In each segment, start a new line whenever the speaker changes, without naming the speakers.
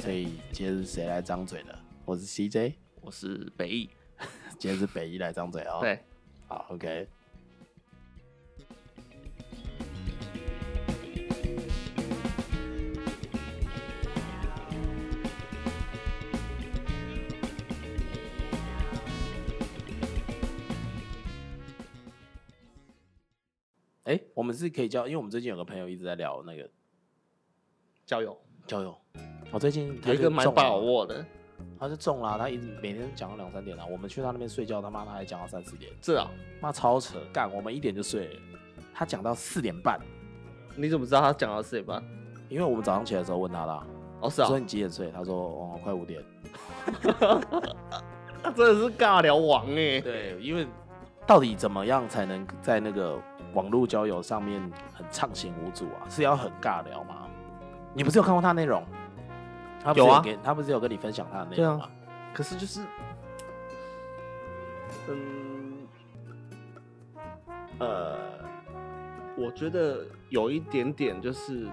所以今天是谁来张嘴呢？我是 CJ，
我是北艺，
今天是北一来张嘴哦。，
对，
好，OK。哎、我们是可以交，因为我们最近有个朋友一直在聊那个
交友
交友。我哦最近他
有一
就
个蛮
中
把
了
握的，
他就中了，他一直每天讲到两三点了。我们去他那边睡觉，他妈他还讲到三四点，
这啊，
妈超扯，干我们一点就睡了，他讲到四点半，
你怎么知道他讲到四点半？
因为我们早上起来的时候问他啦，
哦，是啊
说，你几点睡？他说哦快五点。
他真的是尬聊王哎、
对，因为到底怎么样才能在那个网络交友上面很畅行无阻啊？是要很尬聊吗？你不是有看过他内容？他不是
有啊啊
给他不是有跟你分享他的内容吗？
可是就是，嗯，呃，我觉得有一点点就是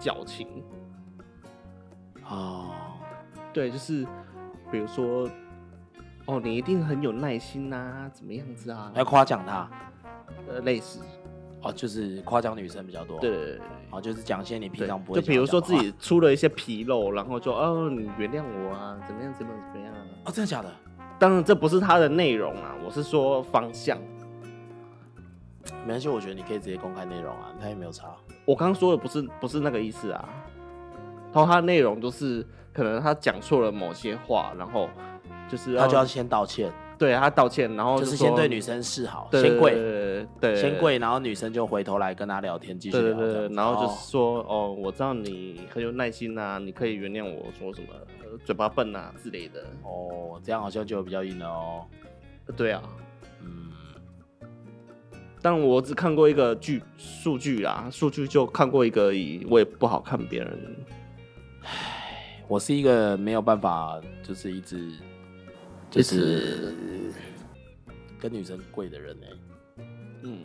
矫情，
哦，
对，就是比如说，哦，你一定很有耐心呐、怎么样子啊
还，要夸奖他
呃，类似，
哦，就是夸奖女生比较多。
对对对对。
哦，就是讲一些你平
对
常不会
就
讲的话。
比如说自己出了一些纰漏，然后就哦，你原谅我啊，怎么样，怎么样，怎么样啊？
哦，真的假的？
当然，这不是它的内容啊，我是说方向。
没关系，我觉得你可以直接公开内容啊，他也没有查。
我刚刚说的不是不是那个意思啊。然后它的内容就是可能他讲错了某些话，然后就是
他就要
哦
先道歉，
对他道歉，然后
就是
说
先对女生示好，
对
先跪，
对对
先跪，然后女生就回头来跟他聊天，继续
对对
聊。
对
这
对
样，子
然后就
哦
是说哦，我知道你很有耐心啊，你可以原谅我说什么呃嘴巴笨啊之类的。
哦，这样好像就比较硬了哦。
对啊，
嗯，
但我只看过一个剧数据啊，数据就看过一个而已，我也不好看别人。
我是一个没有办法，就是一直就是跟女生跪的人哎、
嗯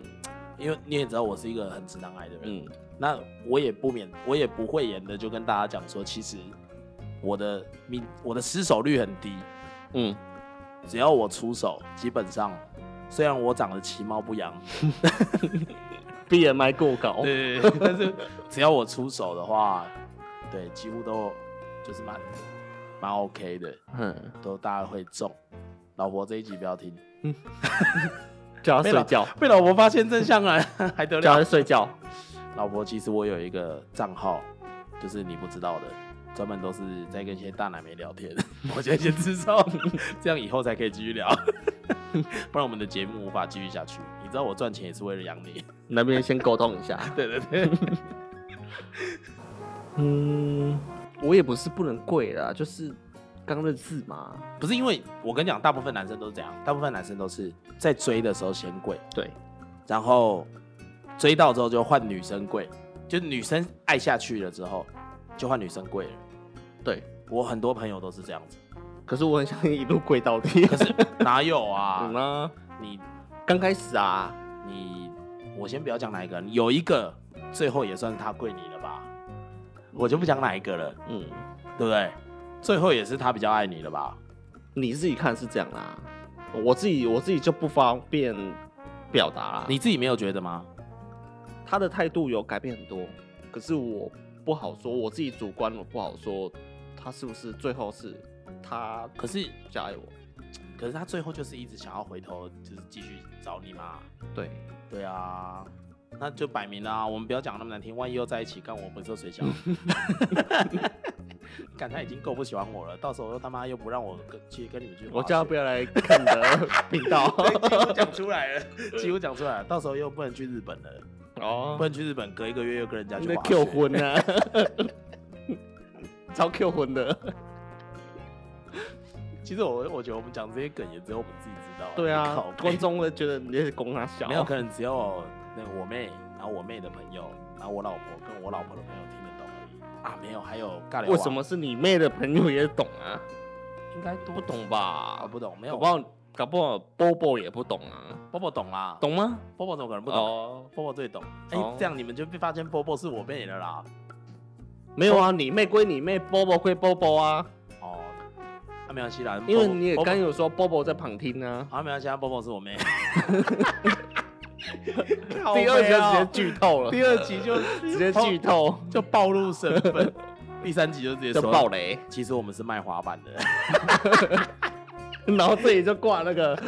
因为你也知道我是一个很直男癌的人，
嗯，
那我也不免，我也不讳言的就跟大家讲说，其实我的命，我的失手率很低，
嗯，
只要我出手，基本上虽然我长得其貌不扬，
BMI 过高，
对 对对，但是只要我出手的话，对，几乎都就是蛮蛮 OK 的，
嗯，
都大家会中。老婆这一集不要听，
叫他睡觉，
被老婆发现真相了，还得
叫
了
他？睡觉，
老婆，其实我有一个账号，就是你不知道的，专门都是在跟一些大奶妹聊天。 我现在先知道，这样以后才可以继续聊， 不然我们的节目无法继续下去。你知道我赚钱也是为了养你，
那边先沟通一 下。
对对对，
嗯，我也不是不能跪啦，就是刚认识嘛。
不是因为我跟你讲，大部分男生都是这样，大部分男生都是在追的时候先跪，
对，
然后追到之后就换女生跪，就女生爱下去了之后就换女生跪了。
对，
我很多朋友都是这样子，
可是我很想一路跪到 底。
可是哪有啊
你？呢？
你
刚开始啊，
你，我先不要讲哪一个，有一个最后也算是他跪你了吧，我就不讲哪一个了，
嗯，
对不对？最后也是他比较爱你了吧？
你自己看是这样啦，我自己我自己就不方便表达啦。
你自己没有觉得吗？
他的态度有改变很多，可是我不好说，我自己主观我不好说，他是不是最后是他
可是
比较爱我？
可是他最后就是一直想要回头，就是继续找你嘛。
对，
对啊，那就摆明了、啊，我们不要讲那么难听，万一又在一起，干我本色水 饺。 干他已经够不喜欢我了，到时候又他妈又不让我跟去跟你们去滑雪。
我叫他不要来看你的 频道
对，几乎讲出来了，几乎讲出来了，到时候又不能去日本了，不
哦，
能去日本，隔一个月又跟人家
你
去
的
滑
Q
雪。
婚 啊，超 Q 婚的，
其实我我觉得我们讲这些梗也只有我们自己知道。
对啊
靠，
观众会觉得你是攻他小，
没有，可能只有那个我妹，然后我妹的朋友，然后我老婆跟我老婆的朋友听得懂而已啊，没有，还有尬聊。
为什么是你妹的朋友也懂啊？
应该都
不懂
啊？
吧？
不懂，没
哎搞
有
不。好搞不好 Bobo 也不懂啊，
波波懂啦，
懂吗？
波波怎么可能不懂？
哦，
波波最懂。哎
哦，
这样你们就被发现波波是我妹了啦。
没有啊，你妹归你妹，Bobo 归 Bobo 啊，
哦，啊，没关系啦，
因为
Bobo-
你也
Bobo-
刚有说 Bobo 在旁听啊。
啊，没关系啊，Bobo 是我妹。
第
第
二集就直接剧 透了，
第二集就
直接剧透
就暴露身份， 第三集就直接
就
说
爆。雷，
其实我们是卖滑板的，
然后这里就挂 那个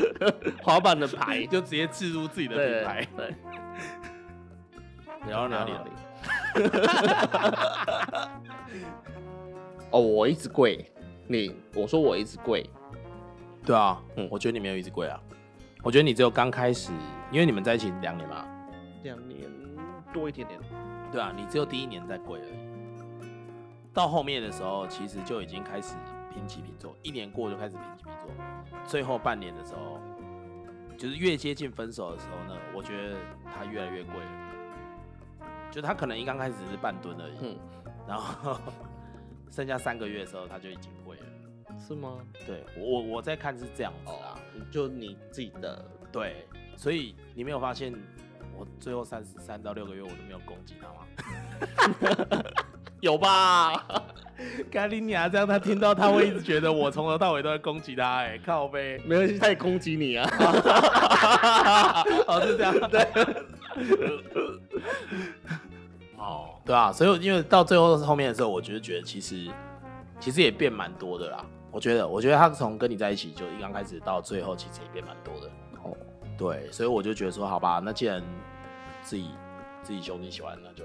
滑板的牌，
就直接置入自己的品牌。
对，
聊到哪里啊了？？
啊 哦，我一直跪，你我说我一直跪，
对啊，
嗯
我觉得你没有一直贵啊，我觉得你只有刚开始，因为你们在一起两年嘛，
两年多一点点，
对啊，你只有第一年在贵而已，到后面的时候其实就已经开始平起平坐，一年过就开始平起平坐，最后半年的时候，就是越接近分手的时候呢，我觉得他越来越贵了，就他可能一刚开始只是半吨而已，
嗯，
然后剩下三个月的时候他就已经贵了，
是吗？
对我我我在看是这样子啊
哦。，就你自己的，
对，所以你没有发现我最后三三到六个月我都没有攻击他吗？
有吧？
咖喱尼亚这样，他听到他会一直觉得我从头到尾都在攻击他、哎，靠呗，
没关系，他也攻击你啊，
哦是这样，对， 哦，对啊，所以我因为到最后后面的时候，我就是觉得其实其实也变蛮多的啦。我觉得，我觉得他从跟你在一起就一刚开始到最后，其实也变蛮多的。
哦，
对，所以我就觉得说，好吧，那既然自己自己兄弟喜欢，那就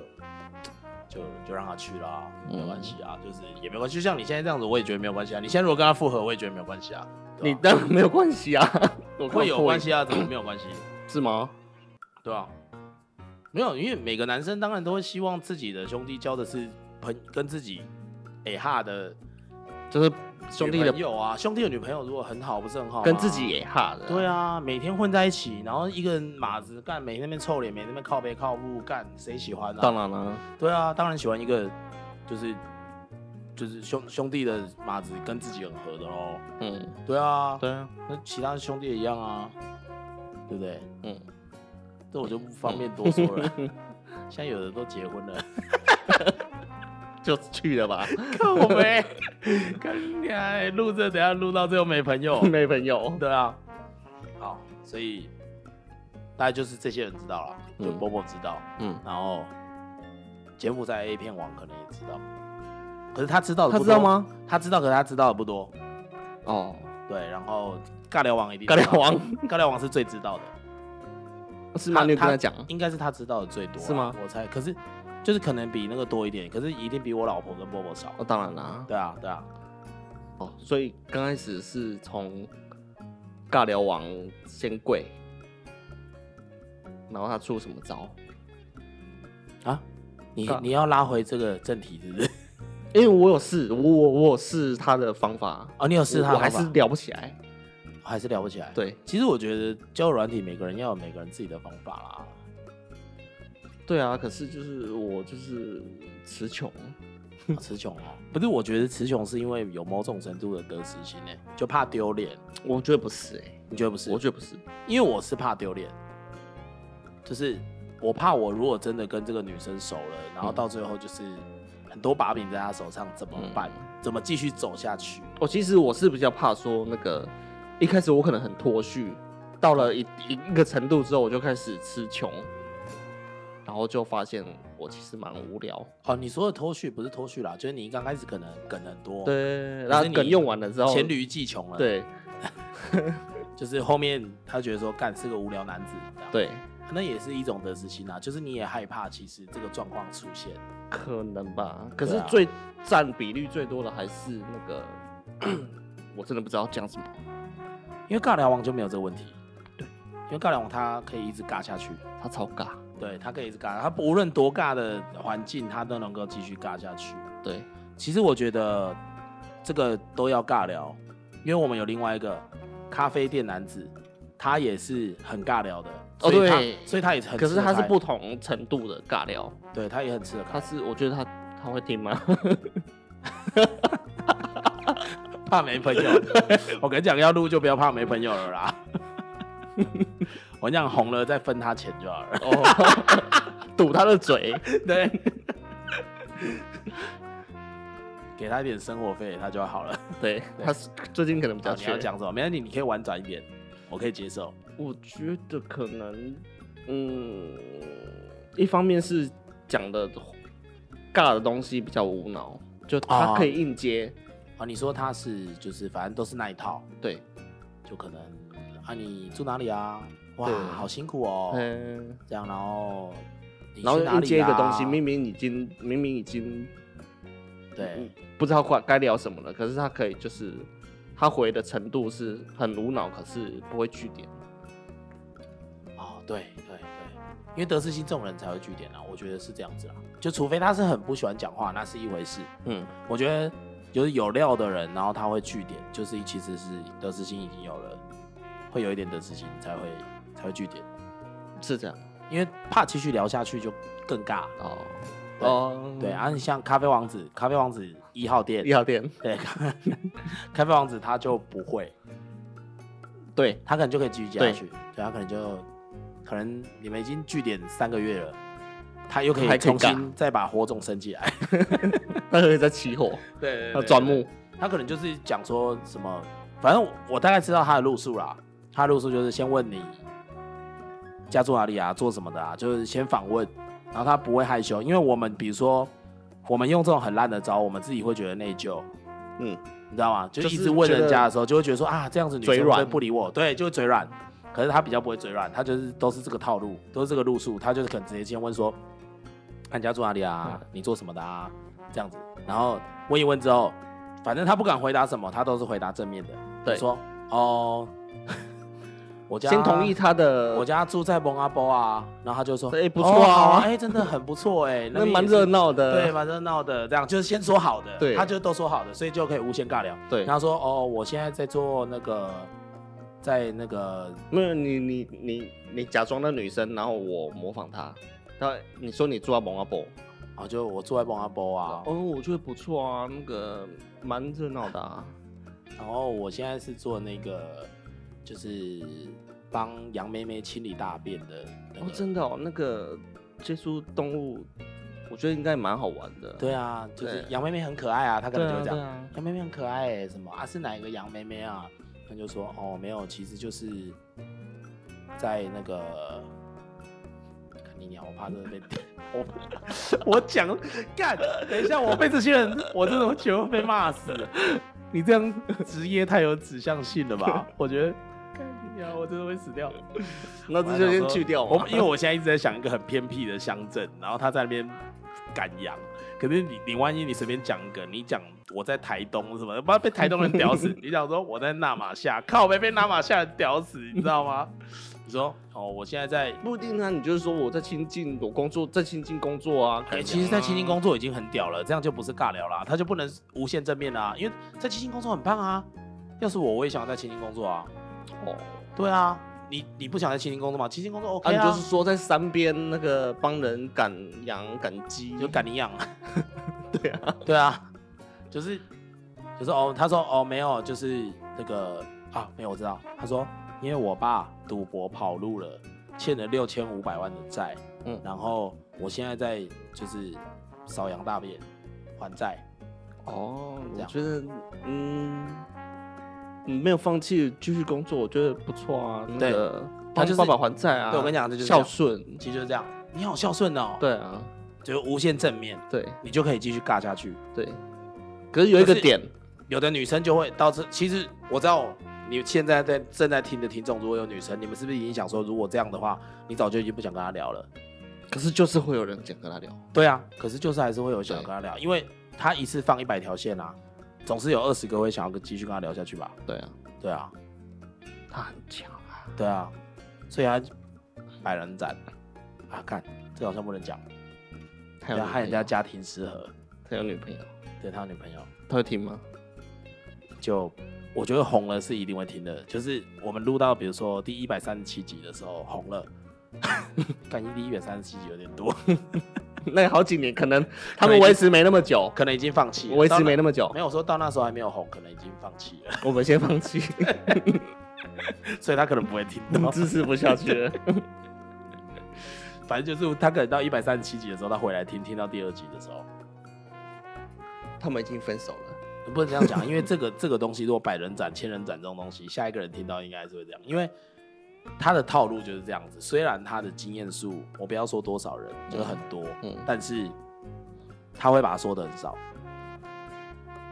就就让他去啦，没有关系啊，就是也没关系。就像你现在这样子，我也觉得没有关系啊。你现在如果跟他复合，我也觉得没有关系啊。对
你
吧
当然没有关系 啊，我
会有关系
啊，
啊？怎么没有关系？
是吗？
对啊，没有，因为每个男生当然都会希望自己的兄弟交的是朋跟自己哎哈的
就是兄弟
女
的
朋友啊，兄弟的女朋友如果很好，不是很好吗，啊
跟自己也哈的，
对，啊，每天混在一起，然后一个人马子干，每天那边臭脸，每天那边靠背靠步干，谁喜欢
当
啊？
然啦，
对啊，当然喜欢一个就是就是兄兄弟的马子跟自己很合的喽。
嗯，
对啊，
对啊，
那其他兄弟也一样啊，对不对？
嗯，
这我就不方便多说 了。现在有的都结婚了，
就去了 吧，
我没，看你哎录这等下录到最后没朋 友
没朋友，
对啊，好，所以大概就是这些人知道了，就
嗯
波波知道，
嗯，
然后柬埔寨 A 片网可能也知道，可是他知道的
他
不
知
多
道？吗？
他知道，可是他知道的不多。
哦，
对，然后尬聊网一定
尬聊王
知 道，尬聊网是最知道的，
是吗？
他
你有跟
他
他讲？
应该是他知道的最多啦，
是吗
我猜，可是就是可能比那个多一点，可是一定比我老婆跟波波少。
哦，当然啦。
对啊，对啊，
哦，所以刚开始是从尬聊王先跪，然后他出什么招？
啊，你
尬
你要拉回这个正题是 不是？
因为我有试，我我我有试他的方法，
哦，你有试
我
他
我
的
还
方法，
是聊不起来。
还是聊不起来。
对
其实我觉得交友软体每个人要有每个人自己的方法啦。
对啊，可是就是我就是词穷，
啊词穷哦，不是，我觉得词穷是因为有某种程度的得失心呢，就怕丢脸。
我觉得不是哎、
你觉得不是？
我觉得不是。
因为我是怕丢脸，就是我怕我如果真的跟这个女生熟了，
嗯
然后到最后就是很多把柄在她手上，怎么办？
嗯
怎么继续走下去？
我其实我是比较怕说那个，一开始我可能很脱序，到了一一一个程度之后，我就开始吃穷，然后就发现我其实蛮无聊。
哦，你说的脱序不是脱序啦，就是你刚开始可能梗很多，，
对，
可
然
是
后
你
梗用完了之后，
黔驴技穷了，，
对
就是后面他觉得说干是个无聊男子，这样，
对，
那也是一种得失心啊，就是你也害怕，其实这个状况出现，
可能吧。可
对
是
啊
最占比率最多的还是那个， 我真的不知道讲什么。
因为尬聊王就没有这个问题，对，因为尬聊王他可以一直尬下去，
他超尬，
对他可以一直尬，他无论多尬的环境，他都能够继续尬下去。
对，
其实我觉得这个都要尬聊，因为我们有另外一个咖啡店男子，他也是很尬聊的，
哦
所以他
对
所以他也是很吃
可
得
是
开，
他是不同程度的尬聊，
对，他也很吃得开，
他是我觉得他他会 听吗？
怕没朋友。 我跟你讲，要录就不要怕没朋友了啦。 我跟你讲红了再分他钱就好了。
哦，堵他的嘴。
对，给他一点生活费，他就好了。
对，他是最近可能比较
好你
缺
要。讲什么？没问题，你可以婉转一点，我可以接受。
我觉得可能，嗯，一方面是讲的尬的东西比较无脑，就他可以硬接，
啊，你说他是就是反正都是那一套，
对，
就可能啊，你住哪里啊？哇
对，
好辛苦哦。
嗯，
这样，然后你
然后
去哪
硬接一
里
个东
啊？
西，明明已经明明已经
对，
不知道该该聊什么了，可是他可以就是他回的程度是很无脑，可是不会据点，
哦，对对对，因为得失心这种人才会据点啊，我觉得是这样子啦。就除非他是很不喜欢讲话，那是一回事。
嗯，
我觉得就是有料的人，然后他会据点，就是其实是得失心已经有了，会有一点得失心才会才会据点，
是这样
因为怕继续聊下去就更尬。
哦
对
哦，
对，啊，你像咖啡王子，咖啡王子一号店，
一号店，
对，咖咖啡王子他就不会，
对，
他可能就可以继续接下
对
去，对他可能就可能你们已经据点三个月了，他又可
还
以
可以
重
尬
新再把火种升起来，
他可以在起火，
对
要钻木，
他可能就是讲说什么，反正我我大概知道他的路数啦。他的路数就是先问你家住哪里啊，做什么的啊，就是先访问，然后他不会害羞，因为我们比如说我们用这种很烂的招，我们自己会觉得内疚，
嗯，
你知道吗？就
就是
一直问
觉得
人家的时候，就会觉得说啊，这样子女
嘴
生会不会
软
不理我，对，就会嘴软。可是他比较不会嘴软，他就是都是这个套路，都是这个路数，他就是可能直接先问说，啊，你家住哪里啊？
嗯
你做什么的啊？这样子，然后问一问之后，反正他不管回答什么，他都是回答正面的，
对
就说哦， 我家
先同意他的
我家住在蒙阿波啊，然后他就说，
哎不
哦
错啊
好哎、真的很不错哎、
那
边
蛮
也是
热闹的，
对，蛮热闹的，这样就是先说好的，
对
他就都说好的，所以就可以无限尬聊。
对
然，后说哦，我现在在做那个，在那个
没有你你你你假装那女生，然后我模仿她，她你说你住在蒙阿波，
哦，就我住在蒙阿波啊，
哦，我觉得不错啊，那个蛮热闹的啊，
然后我现在是做那个，就是帮杨妹妹清理大便的那
哦
个。，
真的哦，那个接触动物，我觉得应该蛮好玩的，
对啊，就是
对
杨妹妹很可爱啊，她可
对
能就
啊，
会这
对
样。
啊，
杨妹妹很可爱、欸，什么啊？是哪一个杨妹妹啊？他就说哦，没有，其实就是在那个，看你鸟，我怕真的被 我我讲干，等一下我被这些人，我真的觉得会被骂死。你这样职业太有指向性了吧？我觉得。干你娘，我真的会死掉。
那这就先去掉啊
我
嘛，
因为我现在一直在想一个很偏僻的乡镇，然后他在那边赶羊。可是你，你万一你随便讲一个，你讲我在台东什么，不然被台东人屌 死。你讲说我在纳马夏，靠北被纳马夏人屌死，你知道吗？ 你说哦，我现在在，
不一定啊，你就是说我在亲近我工作，在亲近工作啊，
哎、
可以
其实，
讲
在
啊
清新工作已经很屌了，这样就不是尬聊啦，他就不能无限正面啦、因为在清新工作很棒啊。要是我，我也想要在清新工作啊。
哦，
对啊，你你不想在清新工作吗？清新工作 OK
啊，你
啊，
就是说在山边那个帮人赶羊赶鸡，
就赶你养。
啊 对啊，
嗯对啊，就是就是哦，他说哦没有，就是那个啊没有我知道，他说因为我爸赌博跑路了，欠了六千五百万的债，
嗯
然后我现在在就是扫羊大便还债，
哦，
这
我
样
觉得，嗯，你没有放弃继续工作，我觉得不错啊。那
对
个
他
帮
就是
爸爸还债啊。
对我跟你讲这就是这
孝
样
顺。
其实就是这样，你好孝顺哦，，
对啊，
就无限正面，
对
你就可以继续尬下去。
对。可是有一
可
个
是
点，
有的女生就会到这，其实我知道你现在在正在听的听众，如果有女生，你们是不是已经想说，如果这样的话，你早就已经不想跟她聊了？
可是就是会有人想跟他聊。
对啊，可是就是还是会有想跟他聊，因为他一次放一百条线啊，总是有二十个会想要跟继续跟他聊下去吧？
对啊，
对啊，
他很强啊。
对啊，所以他百人斩啊，看这好像不能讲，
他有
要
女
害人
朋
家
友，
家庭失和，
他有女朋友，
对他有女朋友
他会听吗？
就。我觉得红了是一定会听的，就是我们录到比如说第一百三十七集的时候红了， 感觉第一百三十七集有点多，
那好几年，可能他
可能
们
已
维
经
持没那么久，
可能已经放弃了，
维
到
持
那
没那么久
没，有我说到那时候还没有红，可能已经放弃了，
我们先放 弃，
所以他可能不会听
我
到
们。支持不下去了。
反正就是他可能到一百三十七集的时候，他回来听，听到第二集的时候，
他们已经分手了。
不能这样讲，因为这个这个东西，如果百人斩、千人斩这种东西，下一个人听到应该还是会这样，因为他的套路就是这样子。虽然他的经验数，我不要说多少人，就是很多，
嗯
但是他会把它说的很少，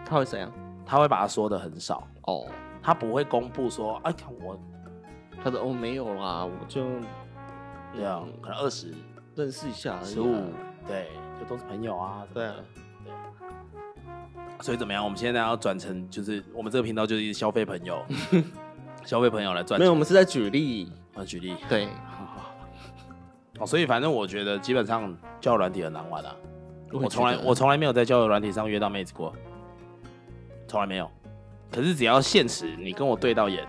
他会怎样？
他会把它说的很少，
哦，
他不会公布说，哎、看我，
他说哦没有啦，我就
对啊，
嗯
可能二十、
认识一下而已啊，
十五，对，就都是朋友啊，
对啊
啊。所以怎么样？我们现在要转成就是我们这个频道就是消费朋友， 消费朋友来赚
没
钱
有，我。们是在举例。
我举例，
啊对，
哦，所以反正我觉得基本上交友软体很难玩啊。我
也
从来
觉得
我从来没有在交友软体上约到妹子过，从来没有。可是只要现实，你跟我对到眼，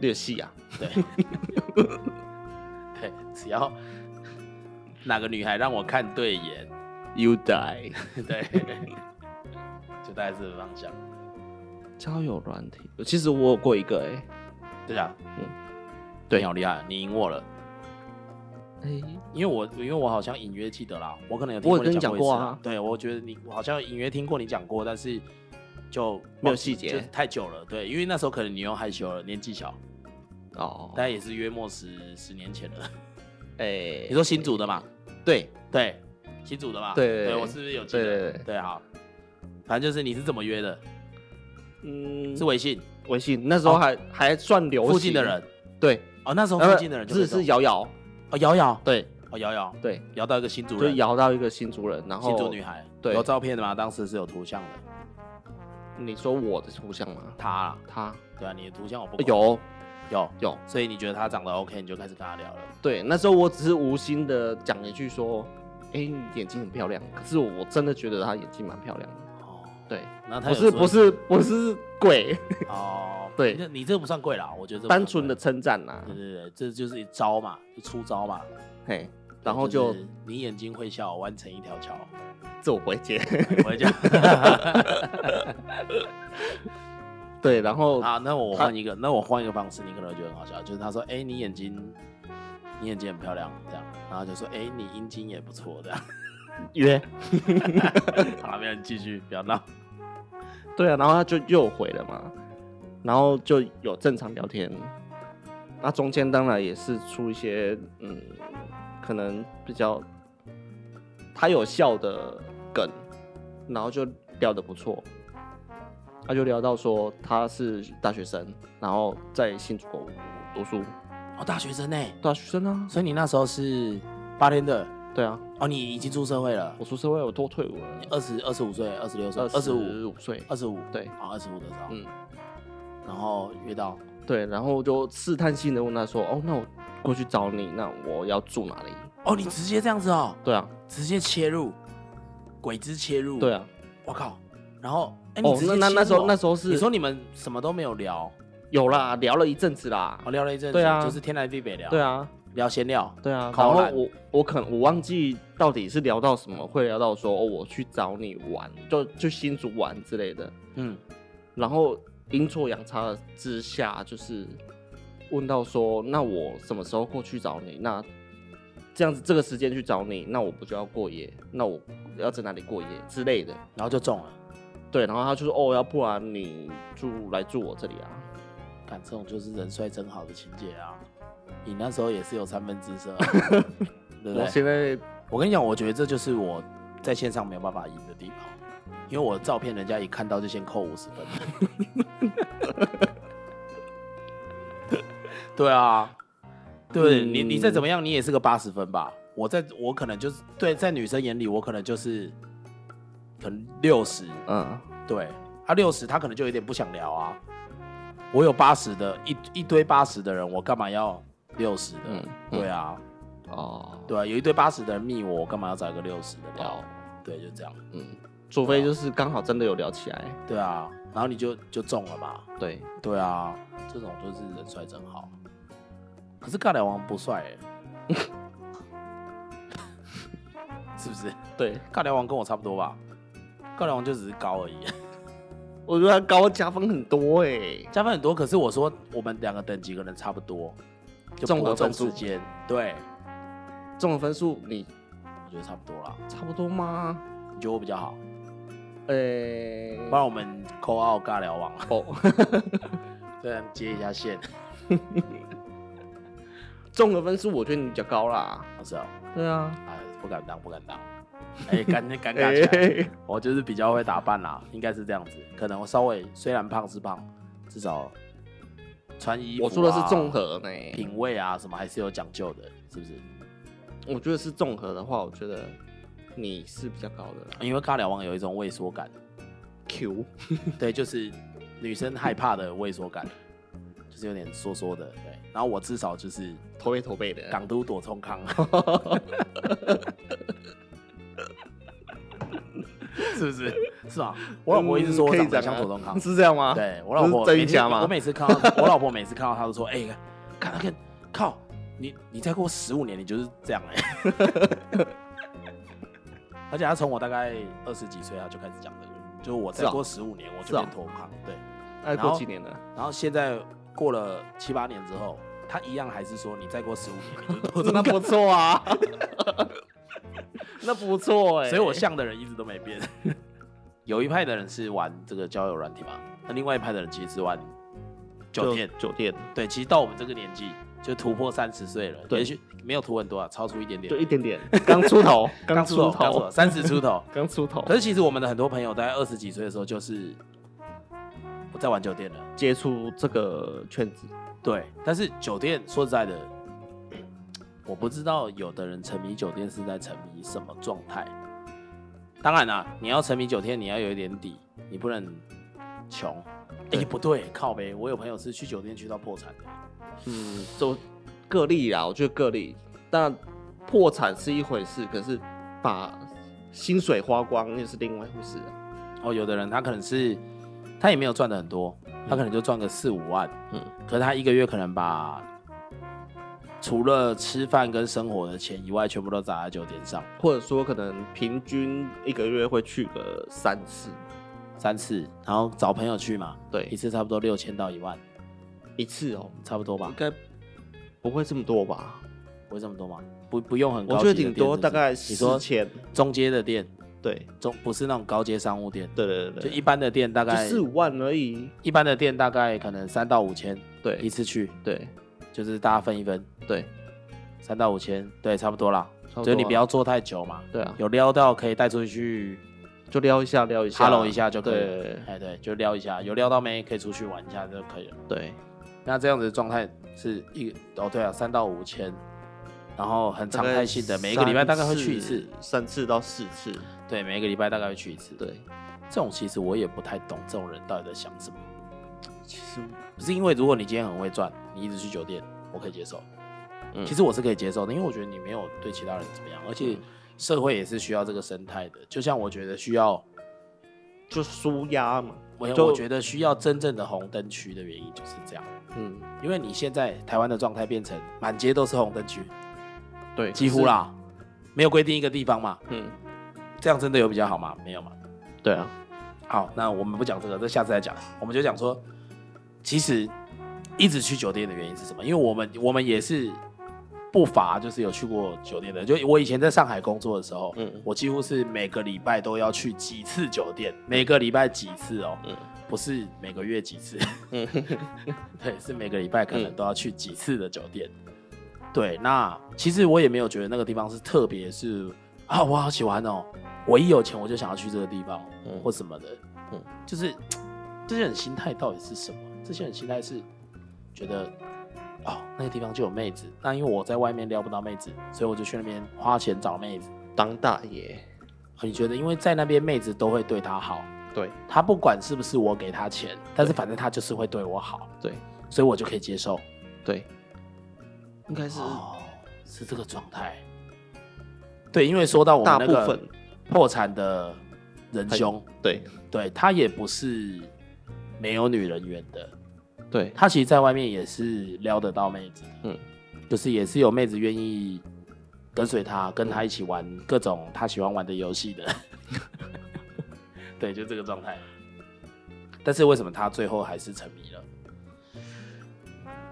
略细啊，
对，只要 哪个女孩让我看对眼，
，You die，
对， 就大概是这个方向。
交友软体，其实我有过一个哎、
对啊，
嗯
对，你好厉害，你赢我了，
哎、
因为我因为我好像隐约记得啦，我可能有听过
我有跟你
讲
讲过
一次
啊
对，我觉得你我好像隐约听过你讲过，但是就
没有细节
就是太久了，对，因为那时候可能你又害羞了，年纪小，
哦，
大概也是约莫十十年前了。
哎、
你说新组的嘛？
对，
对，新组的嘛？
对
对，
对
我是不是有记得？
对对对
好，反正就是你是怎么约的？
嗯，
是微信
微信那时候还、还算流行
哦附近的人？
对，
哦，那时候
呃
附近的人就是
是摇摇，
哦瑶瑶
对
哦瑶瑶
对，
摇到一个新主
就
人，
摇到一个新族人，然后
新主女孩，
对
有照片的吗？当时是有图像的，
你说我的图像吗？
她啊，
他
对啊，你的图像我不管
有
有，
有，
所以你觉得她长得 OK，你就开始跟她聊了。
对，那时候我只是无心的讲一句说，哎、你眼睛很漂亮，可是我真的觉得她眼睛蛮漂亮的，
哦，
对，
然后她有
不是
说
不是不是鬼，
哦，
对
那你这个不算贵啦，我觉得这不算
单纯的
贵。
称赞呐
对，对对，这就是一招嘛，就出招嘛，
嘿，然后就是
你眼睛会笑，弯成一条 桥。
这我不会接，
我会讲。
对，然后
好，那我换一个，那我换一个方式，你可能会觉得很好笑，就是他说：“哎、你眼睛，你眼睛很漂亮。”这样，然后就说：“哎、你阴茎也不错。”这样，
约，
好了，没有，你继续，不要闹。
对啊，然后他就又回了嘛，然后就有正常聊天，那中间当然也是出一些嗯，可能比较他有笑的梗，然后就聊得不错，他就聊到说他是大学生，然后在新竹读书，
哦，大学生呢、
大学生啊，
所以你那时候是八天的
对啊，
哦，你已经出社会了，
我出社会我都退伍
你
了，
二十二十五岁、二十六岁、二十五、
五岁，
二十五，
对
好，二十五的时候，
嗯。
然后约到，
对，然后就试探性的问他说：“哦，那我过去找你，那我要住哪里
哦，你直接这样子哦，？”
对啊，
直接切入，鬼子切入，
对，啊，
我靠，然后，嗯哎、你
哦
直，接
那那
切
那
入
时候
哦
那时候是
你说你们什么都没有聊，
有啦，聊了一阵子啦，
哦，聊了一阵子，
对啊
就是天南地北聊，
对，啊，
聊闲聊，
对啊，然
烤
后
懒
我我可能我忘记到底是聊到什么，会聊到说哦，我去找你玩，就就新竹玩之类的，
嗯，
然后阴错阳差之下就是问到说，那我什么时候过去找你？那这样子这个时间去找你，那我不就要过夜？那我要在哪里过夜之类的？
然后就中了。
对，然后他就说：“哦，要不然你住来住我这里啊
感这种就是人帅真好的情节啊！你那时候也是有三分姿 色啊、对？”不
我
对？
现在
我跟你讲，我觉得这就是我在线上没有办法赢的地方，因为我照片人家一看到就先扣五十分。 对啊，对不对？
嗯
你你再怎么样，你也是个八十分吧？我在我可能就是对，在女生眼里，我可能就是可能六十，
嗯，
对，他六十，他可能就有点不想聊啊。我有八十的，一一堆八十的人，我干嘛要六十的？
嗯嗯
对啊，
哦，
对啊，有一堆八十的人密我，我干嘛要找一个六十的聊？
聊，
对，就这样。
嗯，啊除非就是刚好真的有聊起来，
对啊，然后你就就中了嘛。
对，
对啊，这种就是人帅真好。可是尬聊王不帅、欸， 是不是？
对，
尬聊王跟我差不多吧？尬聊王就只是高而已。
我觉得他高加分很多哎、
加分很多，可是我说我们两个等级可能差不多，就
综合
伯仲
分数
之间，对，
中了分数你
我觉得差不多啦。
差不多吗？
你觉得我比较好？
呃、
不然我们扣奥尬聊 网，
哦，
这样接一下线。
中的分数我觉得你比较高啦。
啊是哦，
对啊，
啊，不敢当，不敢当。哎、尴尴尬起来，
欸
我就是比较会打扮啦，应该是这样子。可能我稍微虽然胖是胖，至少穿衣服、啊、
我说的是综合呢、
品味啊，什么还是有讲究的，是不是？
我觉得是综合的话，我觉得你是比较高的啦。
因为尬聊网有一种畏缩感，
Q，
对，就是女生害怕的畏缩感，就是有点缩缩的，对。然后我至少就是
头背头背的，
港都躲冲 康，是不是？是吧？我老婆一直说我
嗯可
长
以
得像
讲啊
躲 冲康，
是这样吗？，
对我老婆
这是
每
真
天
假吗
我每次看到我老婆每次看到她都说，哎、看看看，靠，你你再过十五年你就是这样哎、 而且她从我大概二十几岁她就开始讲这个，就我再
是哦
过十五年我就是
哦
变脱胖，对。
哎，
然后
过几年 了，
然后现在过了七八年之后，他一样还是说你再过十五年你就多
那不错啊， 那不错哎、
所以我像的人一直都没变。欸 有一派的人是玩这个交友软体嘛，那另外一派的人其实是玩酒店。
酒店
对，其实到我们这个年纪就突破三十岁了，
对
也许没有突很多啊，超出一点
就
点，
一点点，刚出头，
刚出
出
头，刚出头，三十出头。
刚出头
可，是其实我们的很多朋友在二十几岁的时候就是不在玩酒店了，
接触这个圈子，
对，但是酒店说实在的，我不知道有的人沉迷酒店是在沉迷什么状态。当然啦、你要沉迷酒店，你要有一点底，你不能穷。哎、
对
不对，靠呗！我有朋友是去酒店去到破产的，
嗯，就个例啦，我觉得个例，但破产是一回事，可是把薪水花光那是另外一回事啊、
哦，有的人他可能是他也没有赚的很多，他可能就赚个四五万，嗯
嗯，
可是他一个月可能把除了吃饭跟生活的钱以外，全部都砸在酒店上
或者说可能平均一个月会去个三次，
三次，然后找朋友去嘛，一
对，
次差不多六千到一万，
一次哦、
差不多吧
应？该不会这么多吧？
不会这么多吗？不不用很高
我
级
觉
的
得
店
顶多
是不
大
是
概
你
十
说
千，
中阶的店，
对，
中不是那种高阶商务店，
对对对
就
对，
一般的店大
就
概
四五万而已，
一般的店大概可能三到五千一
对
次去，
对
就是大家分一分，
对，
三到五千，对，差不多啦。
差不
所以你
多
不要做太久嘛，
对啊，
有撩到可以带出去
就撩一下撩一下
hello 一，下就可以了。
对
哎，对，就撩一下，有撩到没可以出去玩一下就可以了。
对，
那这样子的状态是一哦，对啊，三到五千，然后很常
大概
态性的，每一个礼拜大概会去一
三
次，，
三次到四次，
对，每一个礼拜大概会去一次。
对，
这种其实我也不太懂，这种人到底在想什么？
其实
不是因为如果你今天很会赚，你一直去酒店，我可以接受。
嗯
其实我是可以接受的，因为我觉得你没有对其他人怎么样，而且社会也是需要这个生态的。就像我觉得需要，
就舒压嘛，
我
就
我觉得需要真正的红灯区的原因就是这样，
嗯，
因为你现在台湾的状态变成满街都是红灯区，
对，
几乎，啦，没有规定一个地方嘛，
嗯，
这样真的有比较好吗？没有嘛。
对啊，
好，那我们不讲这个，这下次再讲。我们就讲说，其实一直去酒店的原因是什么？因为我们我们也是不乏就是有去过酒店的。就我以前在上海工作的时候，
嗯
我几乎是每个礼拜都要去几次酒店，每个礼拜几次哦，
嗯
不是每个月几次，
嗯，
对，是每个礼拜可能都要去几次的酒店。对，那其实我也没有觉得那个地方是特别是啊，我好喜欢哦，我一有钱我就想要去这个地方，哦
嗯
或什么的，
嗯
就是这些人心态到底是什么？这些人心态是觉得哦，那个地方就有妹子，那因为我在外面撩不到妹子，所以我就去那边花钱找妹子。
当大爷，
你觉得，因为在那边妹子都会对他好，
对
他不管是不是我给他钱，但是反正他就是会对我好，
对
所以我就可以接受。
对，应该是
哦，是这个状态。对，因为说到我们
大
那
部
个
分，
破产的仁兄，
对
对他也不是没有女人缘的，
对，
他其实在外面也是撩得到妹子的，嗯
嗯，
就是也是有妹子愿意跟随他，跟他一起玩各种他喜欢玩的游戏的， 对，就这个状态。但是为什么他最后还是沉迷了？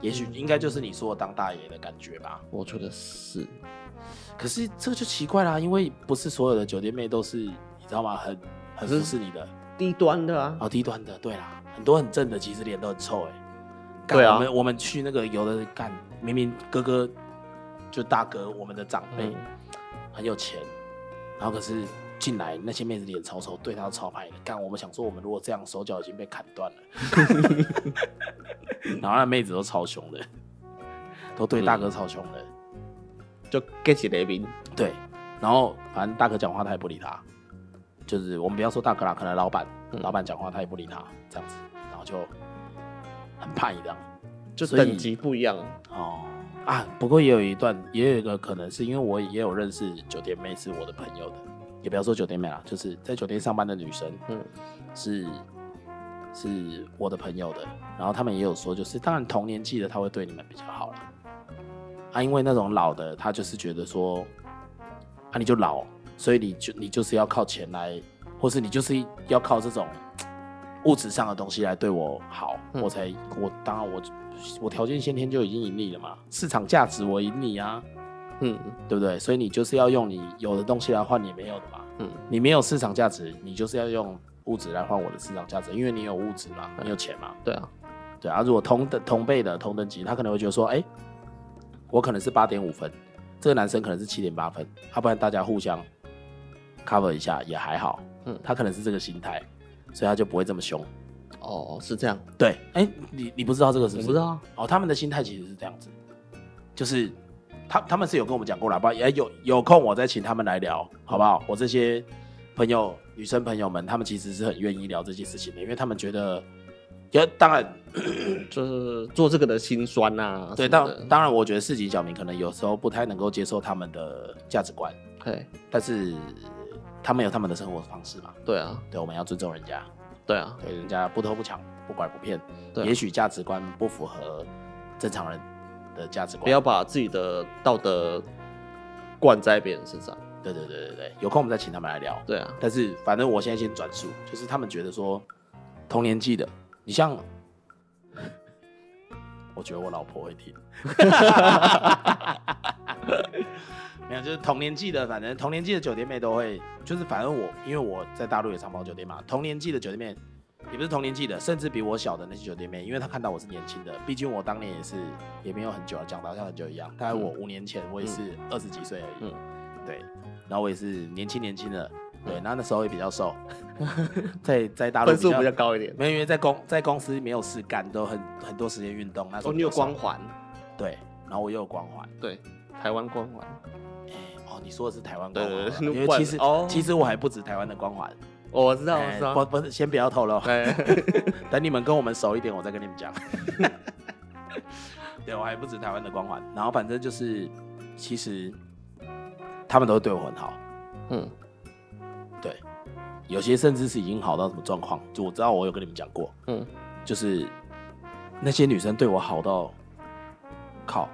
也许应该就是你说的当大爷的感觉吧。
我觉得是，
可是这个就奇怪啦，因为不是所有的酒店妹都是你知道吗？很很服侍你的，
低端的啊，
哦好低端的，对啦，很多很正的其实脸都很臭哎、干
对啊
我们我们去那个有的干，明明哥哥就大哥，我们的长辈、
嗯
很有钱，然后可是进来那些妹子脸超丑，对他都超拍的。干，我们想说，我们如果这样，手脚已经被砍断了。 然后那妹子都超凶的，都对大哥超凶的。
就 get 起雷兵，
对，然后反正大哥讲话他也不理他，就是我们不要说大哥啦，可能老板，
嗯
老板讲话他也不理他，这样子，然后就很叛逆这样。
就
所以
等级不一样。
哦啊，不过也有一段，也有一个可能是因为我也有认识酒店妹是我的朋友的，也不要说酒店妹啦，就是在酒店上班的女生，
嗯，
是是我的朋友的，然后他们也有说，就是当然同年纪的他会对你们比较好啦，啊，因为那种老的他就是觉得说，啊你就老，所以你就你就是要靠钱来，或是你就是要靠这种物质上的东西来对我好，
嗯
我才我当然我我条件先天就已经盈利了嘛，市场价值我赢你啊，
嗯
对不对？所以你就是要用你有的东西来换你没有的嘛。
嗯，
你没有市场价值，你就是要用物质来换我的市场价值，因为你有物质嘛，
嗯
你有钱嘛。
对啊，
对啊，如果同等同辈的同等级，他可能会觉得说，哎、我可能是八点五分，这个男生可能是七点八分，要、不然大家互相 cover 一下也还好。
嗯
他可能是这个心态，所以他就不会这么凶。
哦，是这样，
对，哎、你你不知道这个是不
我
是？
不知道啊，
哦，他们的心态其实是这样子，就是他他们是有跟我们讲过啦，不然也有有空我再请他们来聊，好不好？我这些朋友女生朋友们，他们其实是很愿意聊这些事情的，因为他们觉得，也当然
就是做这个的辛酸呐、啊。
对，
什
当
么的
当然，我觉得市井小民可能有时候不太能够接受他们的价值观，
嘿，
但是他们有他们的生活方式嘛，
对啊，
对，我们要尊重人家，
对啊，
对，人家不偷不抢，不拐不骗，
对啊
也许价值观不符合正常人的价值观，
不要把自己的道德灌在别人身上。
对对对对对，有空我们再请他们来聊。
对啊，
但是反正我现在先转述，就是他们觉得说，同年纪的，你像， 我觉得我老婆会听， 没有，就是同年纪的，反正同年纪的酒店妹都会，就是反正我因为我在大陆也常跑酒店嘛，同年纪的酒店妹。也不是同年纪的，甚至比我小的那些酒店妹，因为她看到我是年轻的，
嗯
毕竟我当年也是也没有很久啊，讲到像很久一样，大概我五年前我也是二十几岁而已，
嗯
对，然后我也是年轻年轻的，对，然后那时候也比较 瘦，在在大陆
分
比
数
较
比较高一点。
没有，因为在公在公司没有事干，都很很多时间运动。那时候
哦，你有
比较
光
瘦
环，
对，然后我又有光环。
对，台湾光环。
哦，你说的是台湾光环
对
吗，
对对
因为
不然
其实、
哦
其实我还不止台湾的光环。
哦我知道，我
哎
知道。
不不是，先不要透露，
哎，
等你们跟我们熟一点，我再跟你们讲。 对，我还不止台湾的光环。然后反正就是，其实他们都对我很好。
嗯，
对，有些甚至是已经好到什么状况，就我知道我有跟你们讲过，
嗯，
就是那些女生对我好到靠，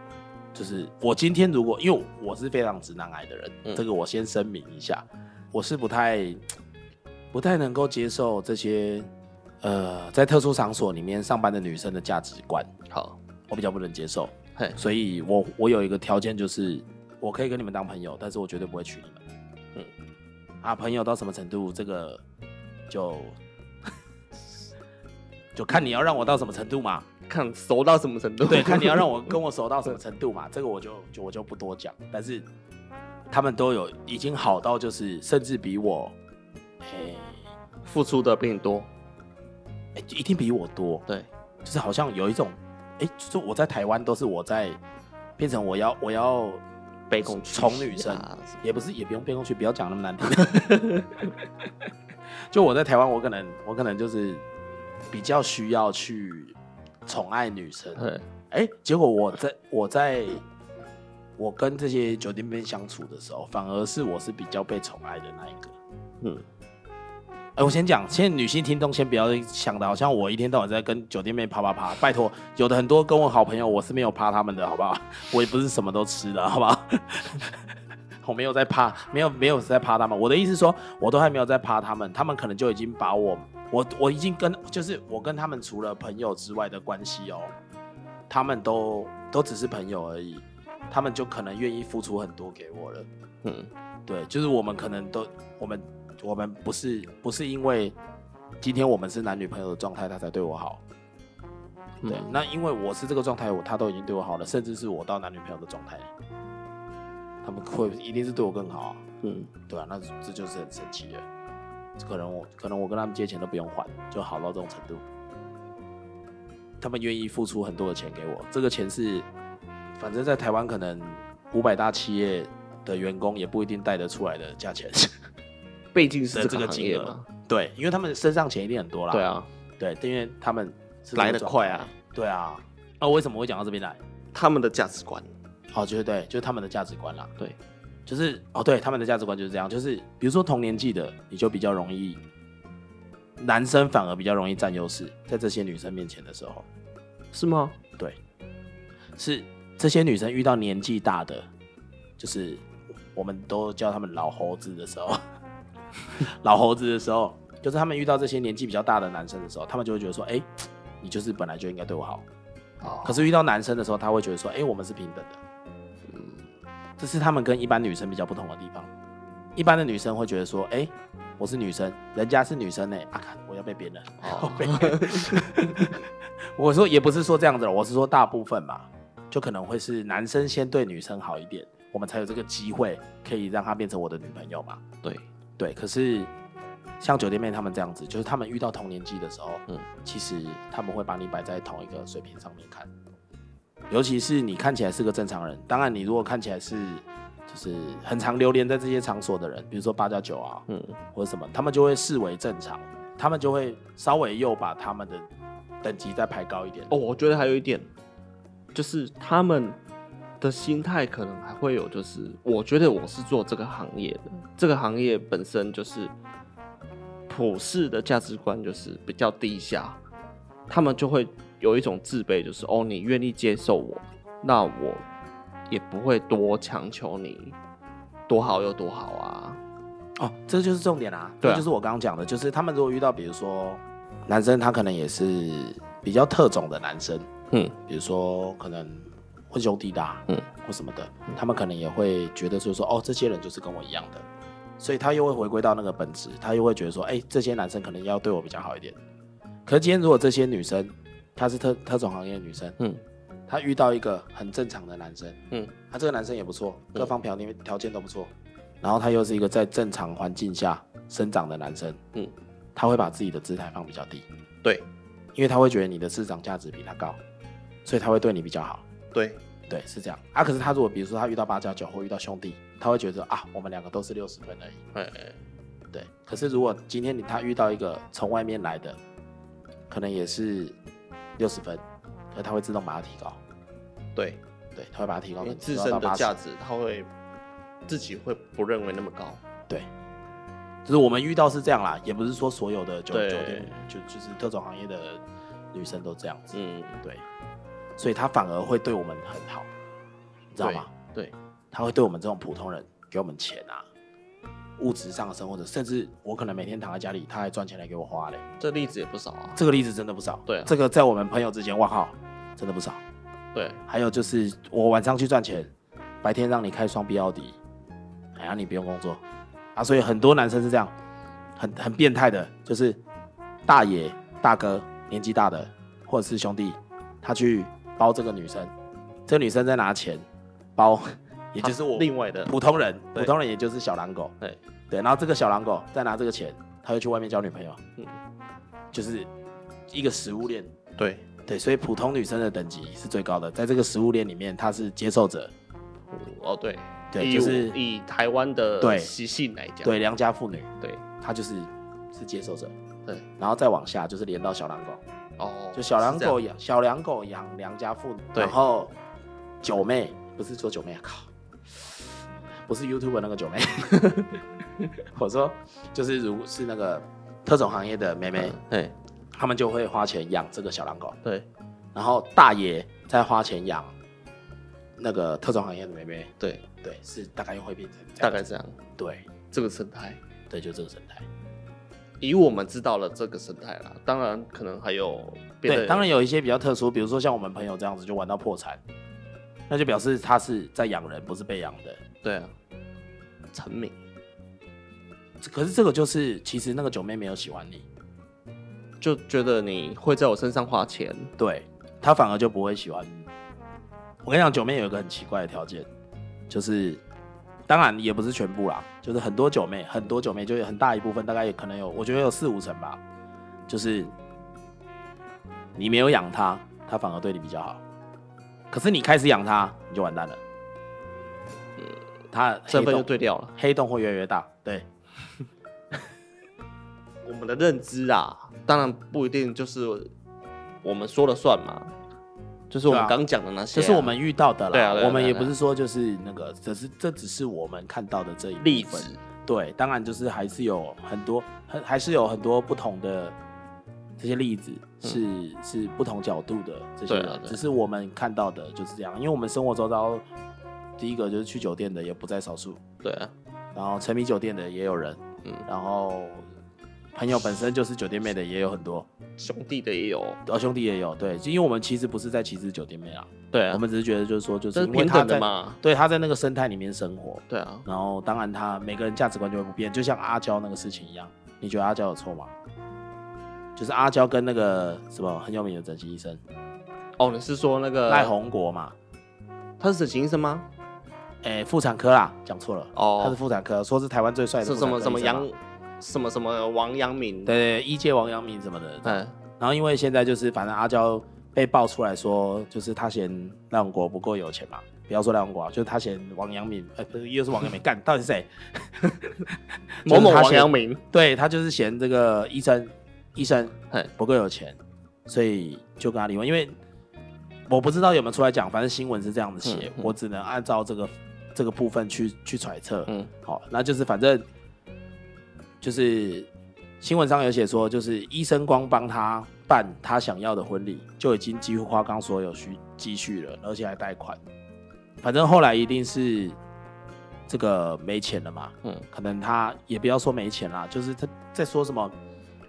就是我今天如果因为我是非常直男癌的人，
嗯
这个我先声明一下，我是不太不太能够接受这些呃在特殊场所里面上班的女生的价值观，
好，
我比较不能接受，
嘿，
所以我我有一个条件就是，我可以跟你们当朋友，但是我绝对不会娶你们。嗯，啊，朋友到什么程度，这个就就看你要让我到什么程度嘛。
看熟到什么程度？
对，看你要让我跟我熟到什么程度嘛，这个我就就我就不多讲。但是他们都有已经好到就是，甚至比我，诶、
付出的比你多。
诶一定比我多。
对，
就是好像有一种，诶，就是我在台湾都是我在变成我要我要
卑躬屈膝
宠女生
啊什么，
也不是也不用卑躬屈，不要讲那么难听。 就我在台湾，我可能我可能就是比较需要去宠爱女生，
对，
哎、结果我在我在我跟这些酒店妹相处的时候，反而是我是比较被宠爱的那一个。
嗯，
哎、我先讲，现在女性听众先不要想的，好像我一天到晚在跟酒店妹啪啪啪。拜托，有的很多跟我好朋友，我是没有啪他们的，好不 好？我也不是什么都吃的，好不好？ 我没有在啪，没有没有在啪他们。我的意思是说，我都还没有在啪他们，他们可能就已经把我，我我已经跟就是我跟他们除了朋友之外的关系哦，他们都都只是朋友而已，他们就可能愿意付出很多给我了。
嗯，
对，就是我们可能都我们我们不是不是因为今天我们是男女朋友的状态，他才对我好。对，
嗯
那因为我是这个状态，我他都已经对我好了，甚至是我到男女朋友的状态，他们会一定是对我更好、啊，
嗯，
对啊，那这就是很神奇的，可能我可能我跟他们借钱都不用还，就好到这种程度。他们愿意付出很多的钱给我，这个钱是，反正在台湾可能五百大企业的员工也不一定贷得出来的价钱。
毕竟是
的这
这
个
个行业
金额
嘛，
对，因为他们身上钱一定很多啦。
对，啊，
对，因为他们是
来
这个
得
状
快啊
态。对啊，啊，为什么会讲到这边来？
他们的价值观，
哦，就是对，就是他们的价值观啦。
对，
就是哦，对，他们的价值观就是这样，就是比如说同年纪的，你就比较容易，男生反而比较容易占优势，在这些女生面前的时候，
是吗？
是这些女生遇到年纪大的，就是我们都叫他们老猴子的时候， 老猴子的时候，就是他们遇到这些年纪比较大的男生的时候，他们就会觉得说，哎、你就是本来就应该对我好。可
哦，
是遇到男生的时候，他会觉得说，哎、我们是平等的。这是他们跟一般女生比较不同的地方。一般的女生会觉得说，哎、我是女生，人家是女生呢、啊，看我要被别人。
哦
我说也不是说这样子了，我是说大部分嘛，就可能会是男生先对女生好一点，我们才有这个机会可以让她变成我的女朋友嘛。
对，
对，可是像酒店妹他们这样子，就是他们遇到同年纪的时候，嗯
嗯，
其实他们会把你摆在同一个水平上面看，尤其是你看起来是个正常人，当然你如果看起来是就是很常流连在这些场所的人，比如说八加九啊
嗯，
或者什么，他们就会视为正常，他们就会稍微又把他们的等级再排高一点。
哦，我觉得还有一点，就是他们的心态可能还会有，就是我觉得我是做这个行业的，这个行业本身就是普世的价值观就是比较低下，他们就会有一种自卑，就是哦，你愿意接受我，那我也不会多强求你多好有多好啊，
哦，这就是重点啊！
对啊
这就是我刚刚讲的，就是他们如果遇到，比如说男生，他可能也是比较特种的男生，
嗯，
比如说可能混兄弟的、啊，嗯
嗯，
或什么的，他们可能也会觉得就是说，哦，这些人就是跟我一样的，所以他又会回归到那个本质，他又会觉得说，哎、这些男生可能要对我比较好一点。可是今天如果这些女生，她是特特种行业的女生，嗯
嗯，
她遇到一个很正常的男生，嗯
嗯，
她这个男生也不错，各方条件条件都不错，然后他又是一个在正常环境下生长的男生，嗯
嗯，
他会把自己的姿态放比较低，
对
因为他会觉得你的市场价值比他高，所以他会对你比较好。
对，
对，是这样啊。可是他如果比如说他遇到八加九或遇到兄弟，他会觉得啊，我们两个都是六十分而已。
哎，
对，可是如果今天你他遇到一个从外面来的，可能也是六十分，可他会自动把它提高，
对，
对，他会把它提高
因为
成
自
提高
身
到
的
80
价值，他会自己会不认为那么高。
对，就是我们遇到是这样啦，也不是说所有的酒
对
酒店就就是特种行业的女生都这样子，
嗯，
对，所以她反而会对我们很好，你知道吗？
对，
她会对我们这种普通人给我们钱啊，物质上的生活者，甚至我可能每天躺在家里，她还赚钱来给我花嘞。
这例子也不少啊。
这个例子真的不少，
对啊
这个在我们朋友之间，哇靠，真的不少。
对，
还有就是我晚上去赚钱，白天让你开双 B 奥迪，哎呀，你不用工作啊。所以很多男生是这样，很很变态的，就是大爷、大哥、年纪大的，或者是兄弟，他去包这个女生，这个女生在拿钱包， 也就是我
另外的，哎
普通人，
对
普通人也就是小狼狗，
对
对，然后这个小狼狗再拿这个钱，他会去外面交女朋友，
嗯
就是一个食物链
对，
对，所以普通女生的等级是最高的，在这个食物链里面，她是接受者，
哦对，
对，
以
就是
我以台湾
对
的习性来讲，
对良家妇女，
对
她就是是接受者，
对，
然后再往下就是连到小狼狗，
哦，
就小狼
是这样
狗，养小狼狗养良家妇女，
对
然后九妹不是说九妹啊，靠，不是 YouTube 那个九妹， 我说就是如是那个特种行业的妹妹，
嗯对
他们就会花钱养这个小狼狗，
对
然后大爷再花钱养那个特种行业的妹妹。
对，
对，是大概会变成这
大
样
概
子
这样，
对
这个生态。
对，就这个生态。
以我们知道了这个生态啦，当然可能还有别
对，
的，
当然有一些比较特殊，比如说像我们朋友这样子就玩到破产，那就表示
啊
他是在养人，不是被养的。
对啊，沉迷
可是这个就是，其实那个九妹没有喜欢你，
就觉得你会在我身上花钱，
对她反而就不会喜欢你。我跟你讲，九妹有一个很奇怪的条件，就是当然也不是全部啦，就是很多九妹，很多九妹就有很大一部分，大概也可能有，我觉得有四五成吧，就是你没有养她，她反而对你比较好。可是你开始养她，你就完蛋了。呃她黑
身份就
洞
对调了。
黑洞会越来越大，对。
我们的认知啊，当然不一定就是我们说了算嘛，就是我们
对啊
刚讲的那些
这
啊、
是我们遇到的啦，
对啊对啊
我们
对啊
也
对啊
不是说就是那个，只是这只是我们看到的这一
例
部分
子。
对，当然就是还是有很多，很还是有很多不同的这些例子是、是不同角度的这些
嗯对啊
人，
对啊
只是我们看到的就是这样。因为我们生活周遭，第一个就是去酒店的也不在少数，
对啊，
然后沉迷酒店的也有人，
嗯
然后朋友本身就是酒店妹的也有很多，
兄弟的也有，
呃、兄弟也有，对，因为我们其实不是在歧视酒店妹啊，
对啊
我，们只是觉得就是说就
这
是
是
因为
平
他
等
在
的嘛，
对，他在那个生态里面生活，
对啊，
然后当然他每个人价值观就会不变，就像阿娇那个事情一样，你觉得阿娇有错吗？就是阿娇跟那个什么很有名的整形医生
哦，你是说那个
赖，宏国嘛，
他是整形医生吗？
哎、妇产科啦，讲错了，
哦
他是妇产科，说是台湾最帅的
是
妇
什
产科
么
医
什么
生嘛啊
杨，什么什么王阳明？，
对对，对医界王阳明什么的。
嗯，
然后因为现在就是反正阿娇被爆出来说，就是他嫌赖宏国不够有钱嘛，不要说赖宏国啊，就是他嫌王阳明，哎、不是又是王阳明，干到底是谁？
某
就
某
是他
王
嫌
阳明，
对他就是嫌这个医生医生
嘿
不够有钱，所以就跟他离婚。因为我不知道有没有出来讲，反正新闻是这样子写，
嗯嗯
我只能按照这个这个部分去去揣测。
嗯，
好，那就是反正就是新闻上有写说，就是医生光帮他办他想要的婚礼，就已经几乎花光所有需积蓄了，而且还贷款。反正后来一定是这个没钱了嘛，
嗯
嗯，可能他也不要说没钱啦，就是他在说什么，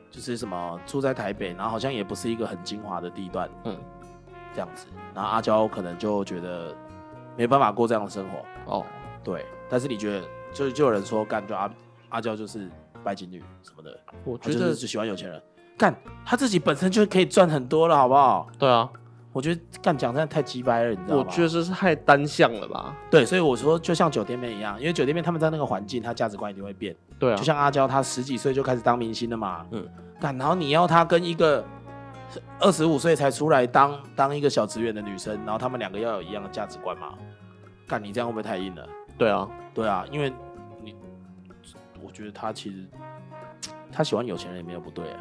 就是什么住在台北，然后好像也不是一个很精华的地段，
嗯
嗯，这样子。然后阿娇可能就觉得没办法过这样的生活，
哦，
对，但是你觉得，就就有人说干，就阿阿娇就是拜金女什么的，
我
她
觉
就是
得
就喜欢有钱人。干，她自己本身就可以赚很多了，好不好？
对啊，
我觉得干讲真的太鸡掰了，你知道
我
吗？
觉得这是太单向了吧？
对，所以我说就像酒店妹一样，因为酒店妹他们在那个环境，她价值观一定会变。
对啊
就，像阿娇，她十几岁就开始当明星了嘛，
嗯
嗯，干，然后你要她跟一个二十五岁才出来当当一个小职员的女生，然后他们两个要有一样的价值观嘛？干，你这样会不会太硬了？
对啊，
对啊，因为你，我觉得他其实他喜欢有钱人也没有不对啊，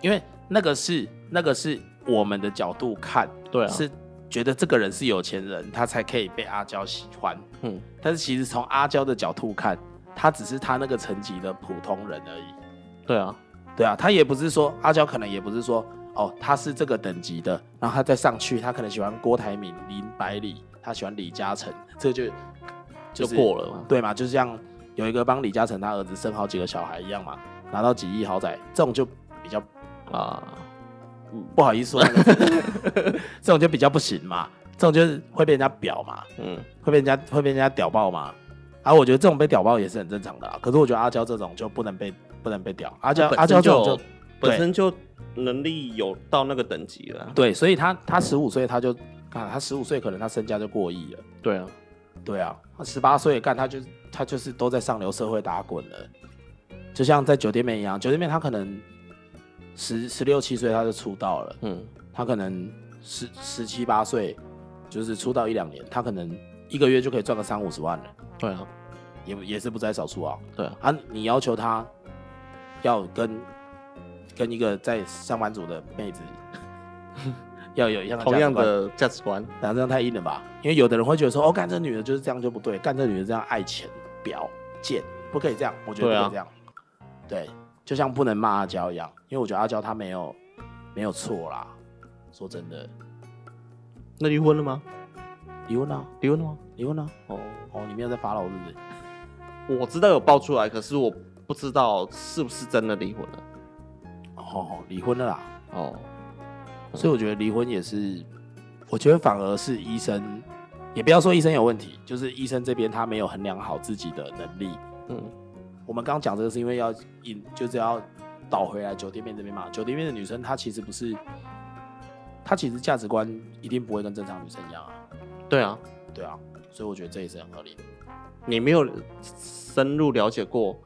因为那个是那个是我们的角度看，
对啊，
是觉得这个人是有钱人，他才可以被阿娇喜欢。
嗯，
但是其实从阿娇的角度看，他只是他那个层级的普通人而已。
对啊，
对啊，他也不是说阿娇，可能也不是说哦，他是这个等级的，然后他再上去，他可能喜欢郭台铭、林百里，他喜欢李嘉诚，这就
就是过了嘛。
对嘛？就像有一个帮李嘉诚他儿子生好几个小孩一样嘛，拿到几亿豪宅，这种就比较
啊，
不好意思说那个字， 这种就比较不行嘛，这种就是会被人家表嘛，
嗯，
会被人家会被人家屌爆嘛。啊，我觉得这种被屌爆也是很正常的啦。啊可是我觉得阿娇这种就不能被不能被屌，阿娇
本
阿娇
身
这种
就
就
本
对
身就能力有到那个等级了。
对，所以他他十五岁他就看他十五岁可能他身家就过亿了，
对啊，
对啊，他十八岁干他就他就是都在上流社会打滚了，就像在酒店妹一样，酒店妹她可能十十六七岁她就出道了，
嗯，
她可能十十七八岁就是出道一两年，她可能一个月就可以赚个三五十万了，
对啊，
也也是不在少数啊
对啊，
啊！你要求她要跟跟一个在上班族的妹子 要有一样的价
同
值
样
观
的价值观，
然后这样太硬了吧？因为有的人会觉得说，哦，干这女的就是这样就不对，干这女的这样爱钱、婊、贱，不可以这样，我觉得
对
不
啊
可以这样。对，就像不能骂阿娇一样，因为我觉得阿娇她没有没有错啦。说真的，
那离婚了吗？
离婚啊，
离婚了吗？
离婚啊！
哦，
哦，你没有在发牢是不是？
我知道有爆出来，可是我不知道是不是真的离婚了。
哦，离婚了啦。
哦，
所以我觉得离婚也是，我觉得反而是医生，也不要说医生有问题，就是医生这边他没有衡量好自己的能力，
嗯，
我们刚刚讲这个是因为要引，就是要倒回来酒店面这边嘛。酒店面的女生她其实不是，她其实价值观一定不会跟正常女生一样啊，
对啊，
对啊，所以我觉得这也是很合理的。
你没有深入了解过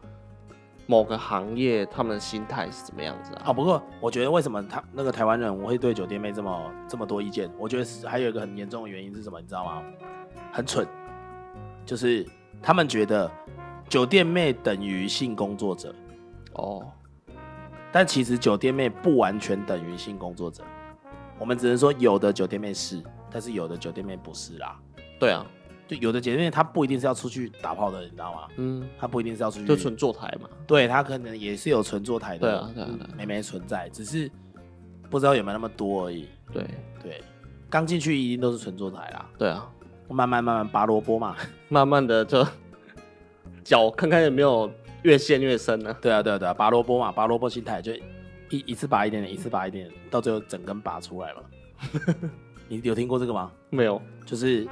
某个行业他们的心态是怎么样子啊？
啊，不过我觉得为什么他那个台湾人我会对酒店妹这么这么多意见？我觉得是还有一个很严重的原因是什么？你知道吗？很蠢，就是他们觉得酒店妹等于性工作者，
哦，
但其实酒店妹不完全等于性工作者。我们只能说有的酒店妹是，但是有的酒店妹不是啦。
对啊，
就有的酒店妹她不一定是要出去打炮的，你知道吗？
嗯，
她不一定是要出去，
就纯坐台嘛，
对她可能也是有纯坐台
对
的
啊，对啊，对啊
妹妹存在，只是不知道有没有那么多而已。
对
对，刚进去一定都是纯坐台啦，
对啊，
慢慢慢慢拔萝卜嘛。
慢慢的就脚看看有没有越陷越深呢、
对啊，对啊，对啊，拔萝卜嘛，拔萝卜心态就一一次拔一点点，一次拔一点点，到最后整根拔出来嘛。 你有听过这个吗？
没有，
就是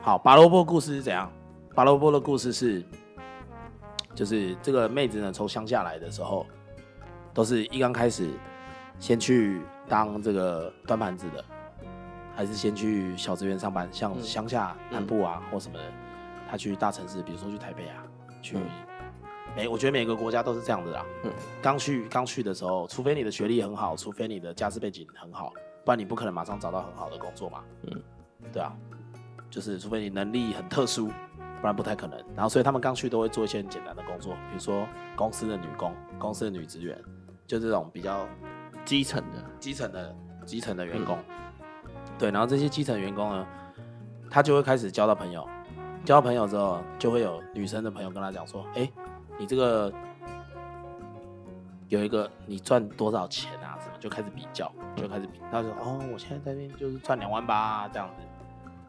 好，拔萝卜故事是怎样？拔萝卜的故事是，就是这个妹子呢从乡下来的时候，都是一刚开始先去当这个端盘子的，还是先去小职员上班，像
嗯
乡下
嗯
南部啊、或什么的，她去大城市，比如说去台北啊，去。
嗯
每我觉得每个国家都是这样子啦。
嗯
刚去刚去的时候，除非你的学历很好，除非你的家世背景很好，不然你不可能马上找到很好的工作嘛。
嗯
对啊，就是除非你能力很特殊，不然不太可能。然后所以他们刚去都会做一些很简单的工作，比如说公司的女工、公司的女职员，就这种比较
基层的，
基层的基层的员工。对，然后这些基层员工呢，他就会开始交到朋友，交到朋友之后，就会有女生的朋友跟他讲说：“哎、你这个有一个你赚多少钱啊？什么就开始比较，就开始比。他说：哦，我现在在那边就是赚两万八这样子。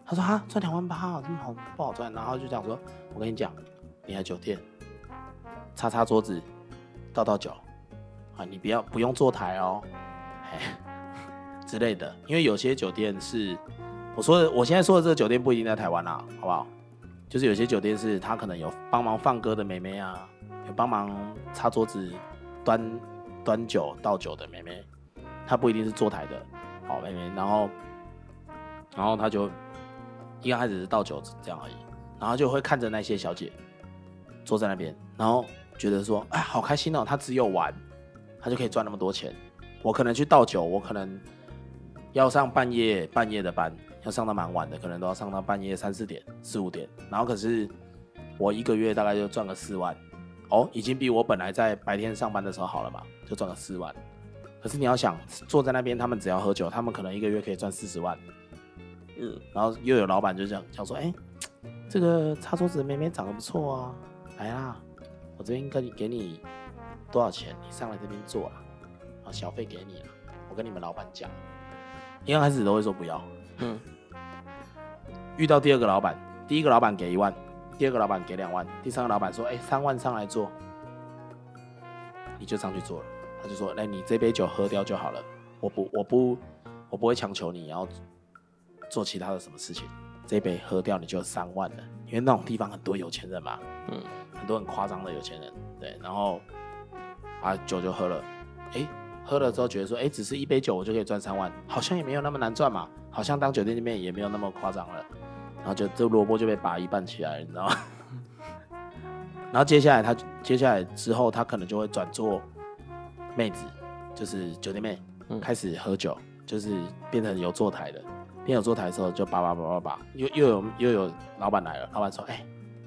他说：啊，赚两万八啊，这么好不好赚？然后就讲说：我跟你讲，你来酒店擦擦桌子，倒倒酒啊，你不要不用坐台哦，哎之类的。因为有些酒店是我说的，我现在说的这个酒店不一定在台湾啦、好不好？就是有些酒店是他可能有帮忙放歌的妹妹啊，有帮忙擦桌子、端端酒、倒酒的妹妹，她不一定是坐台的好妹妹。然后，然后她就一刚开始是倒酒这样而已，然后就会看着那些小姐坐在那边，然后觉得说，哎，好开心哦，她只有玩，她就可以赚那么多钱。我可能去倒酒，我可能要上半夜半夜的班，要上到蛮晚的，可能都要上到半夜三四点、四五点。然后可是我一个月大概就赚个四万，哦，已经比我本来在白天上班的时候好了嘛，就赚个四万。可是你要想，坐在那边，他们只要喝酒，他们可能一个月可以赚四十万。
嗯，
然后又有老板就讲讲说，哎、这个擦桌子的妹妹长得不错啊，来啦，我这边跟你给你多少钱，你上来这边做啊，然后小费给你了，啊我跟你们老板讲，一刚开始都会说不要，
嗯，
遇到第二个老板，第一个老板给一万，第二个老板给两万，第三个老板说，哎、三万上来做，你就上去做了，他就说，来你这杯酒喝掉就好了，我不我不我不会强求你要做其他的什么事情，这一杯喝掉你就三万了，因为那种地方很多有钱人嘛，
嗯，
很多很夸张的有钱人，对，然后把酒就喝了，诶，哎喝了之后觉得说，诶，只是一杯酒我就可以赚三万，好像也没有那么难赚嘛，好像当酒店那边也没有那么夸张了，然后就这萝卜就被拔一半起来了，你知道吗？ 然后接下来他接下来之后，他可能就会转做妹子，就是酒店妹，
嗯
开始喝酒，就是变成有坐台的。变有坐台的时候，就叭叭叭叭叭，又又有又有老板来了，老板说：“哎、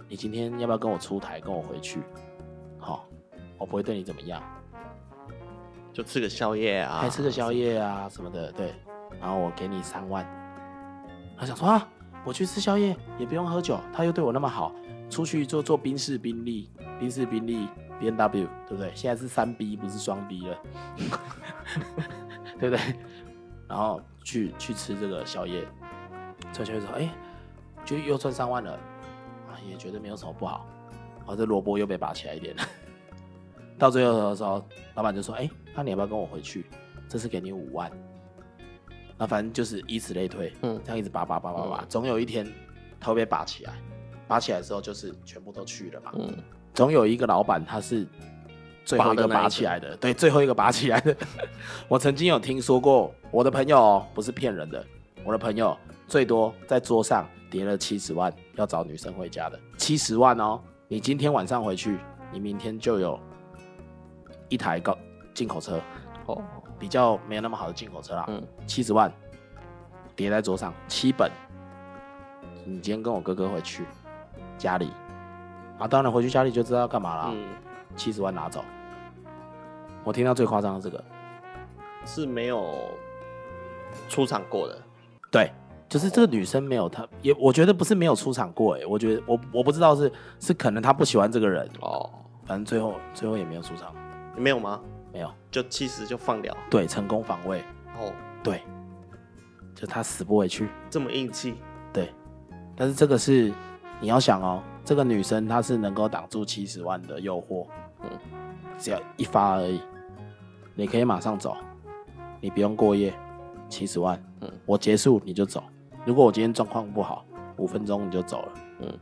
你今天要不要跟我出台，跟我回去？好、我不会对你怎么样，
就吃个宵夜啊，
还吃个宵夜啊什么的，对。然后我给你三万，他想说啊，我去吃宵夜也不用喝酒，他又对我那么好，出去就坐宾士、宾利、宾士、宾利、B N W，对不对？现在是三 B 不是双 B 了，对不对？然后去去吃这个宵夜，吃宵夜之后，哎、就又赚三万了，啊，也觉得没有什么不好，啊，这萝卜又被拔起来一点 了。到最后的时候，老板就说：“哎、那你要不要跟我回去？这次给你五万。”那反正就是以此类推，
嗯
这样一直拔拔拔拔拔，
嗯
总有一天它会被拔起来。拔起来之后就是全部都去了嘛，
嗯，
总有一个老板他是最后一个拔起来的，对，最后一个拔起来的。我曾经有听说过，我的朋友、哦、不是骗人的，我的朋友最多在桌上叠了七十万，要找女生回家的，七十万哦，你今天晚上回去，你明天就有一台高进口车，
哦，
比较没有那么好的进口车啦，
嗯
七十万叠在桌上，七本。你今天跟我哥哥回去家里，啊，当然回去家里就知道要干嘛啦。
嗯，
七十、万拿走，我听到最夸张的这个，
是没有出场过的，
对，就是这个女生没有她也，我觉得不是没有出场过、欸，我觉得我我不知道是是可能她不喜欢这个人，
哦，
反正最后最后也没有出场，
没有吗？
没有，
就七十就放掉，
对，成功防卫，
哦，
对，就她死不回去，
这么硬气，
对，但是这个是你要想哦，这个女生她是能够挡住七十万的诱惑，
嗯
只要一发而已，你可以马上走，你不用过夜，七十万，
嗯
我结束你就走。如果我今天状况不好，五分钟你就走了，
嗯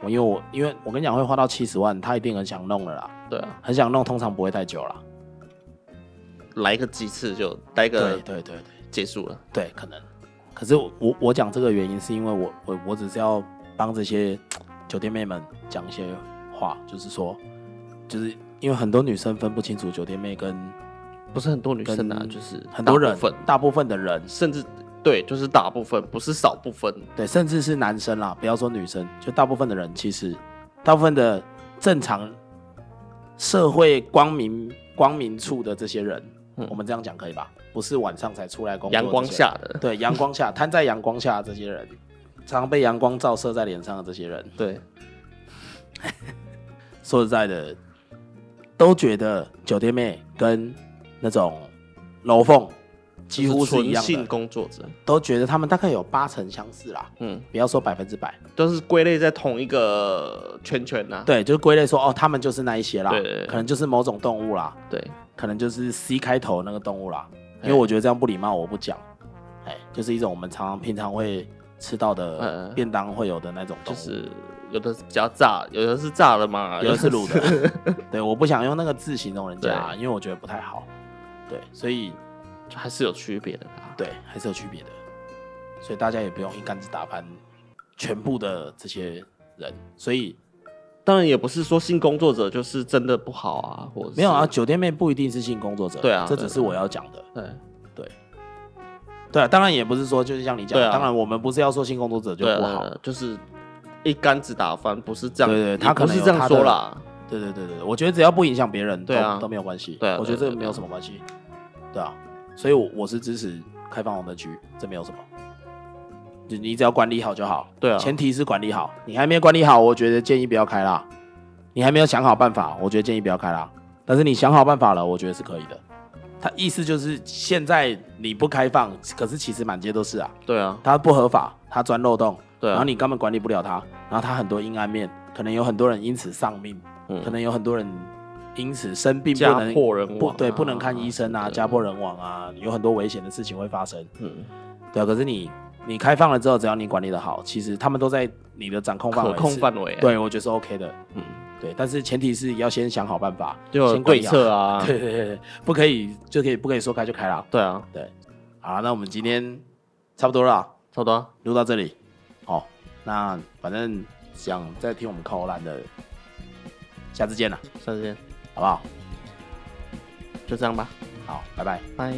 我因为我因为我跟你讲会花到七十万，她一定很想弄了啦，
对啊，
很想弄通常不会太久啦，
来个几次就
对
待个
对对对。
结束了，
对，可能。可是我我我讲这个原因是因为我我我只是要帮这些酒店妹们讲一些话，就是说，就是因为很多女生分不清楚酒店妹跟
不是很多女生啊，
跟
就是
很多
大
人
部分，
大部分的人，
甚至对，就是大部分，不是少部分，
对，甚至是男生啦，不要说女生，就大部分的人其实，大部分的正常社会光明光明处的这些人，
嗯
我们这样讲可以吧？不是晚上才出来工作，
阳光下 的，
对，阳光下摊在阳光下的这些人，常被阳光照射在脸上的这些人，
对，
说实在的，都觉得酒店妹跟那种楼凤几乎是一
纯
样
性
的，
工作者，
都觉哦得他们大概有八成相似啦，
嗯，
不要说百分之百，
都是归类在同一个圈圈呐、啊，
对，就是归类说哦，他们就是那一些啦，
对对对
可能就是某种动物啦，
对，
可能就是 C 开头那个动物啦，因为
哎
我觉得这样不礼貌，我不讲，哎，就是一种我们常常平常会吃到
嗯
的
嗯
便当会有的那种动
就
物。
是有的是比较炸，有的是炸的 嘛，
有的是
的
卤的。对，我不想用那个字形容人家啊、因
对
为我觉得不太好。对，所以
是还是有区别的啊啦。
对还是有区别的，所以大家也不用一竿子打翻全部的这些人。所以
当然也不是说性工作者就是真的不好啊，或者是
没有啊，，酒店妹不一定是性工作者，
对啊
这只是我要讲的。
对
对啊，当然也不是说就是像你讲的，
对啊
当然我们不是要说性工作者就
对啊
不好
对，啊就是一竿子打翻，不是这样，
对对
也
他可能
不是
有
这样
他的
说啦，
对对对对，对我觉得只要不影响别人，
对啊
都都没有关系。
对啊
我觉得这
对啊
个
对啊
没有什么关系。对啊，所以我，我是支持开放红灯区，这没有什么。你你只要管理好就好。
对啊
前提是管理好。你还没有管理好，我觉得建议不要开啦。你还没有想好办法，我觉得建议不要开啦。但是你想好办法了，我觉得是可以的。他意思就是现在你不开放，可是其实满街都是啊，
对啊，
它不合法，它钻漏洞，
对啊，
然后你根本管理不了它，然后它很多阴暗面，可能有很多人因此丧命，
嗯
可能有很多人因此生病不
家
能
破人
不
亡啊
对不能看医生啊，
对
家破人亡啊，有很多危险的事情会发生。
嗯
对啊，可是你你开放了之后，只要你管理的好，其实他们都在你的掌控范围
可
是，
控范围啊，
对我觉得是 OK 的。
嗯，
对，但是前提是要先想好办法，
就有
先管
对
理好
策啊，
对对对对， 不可以就可以不可以说开就开啦。
对啊，
好啦，那我们今天差不多了啊。
差不多啊，
录到这里，好、那反正想再听我们扣篮的，下次见了，
下次见，
好不好？
就这样吧，
好，拜拜。
拜。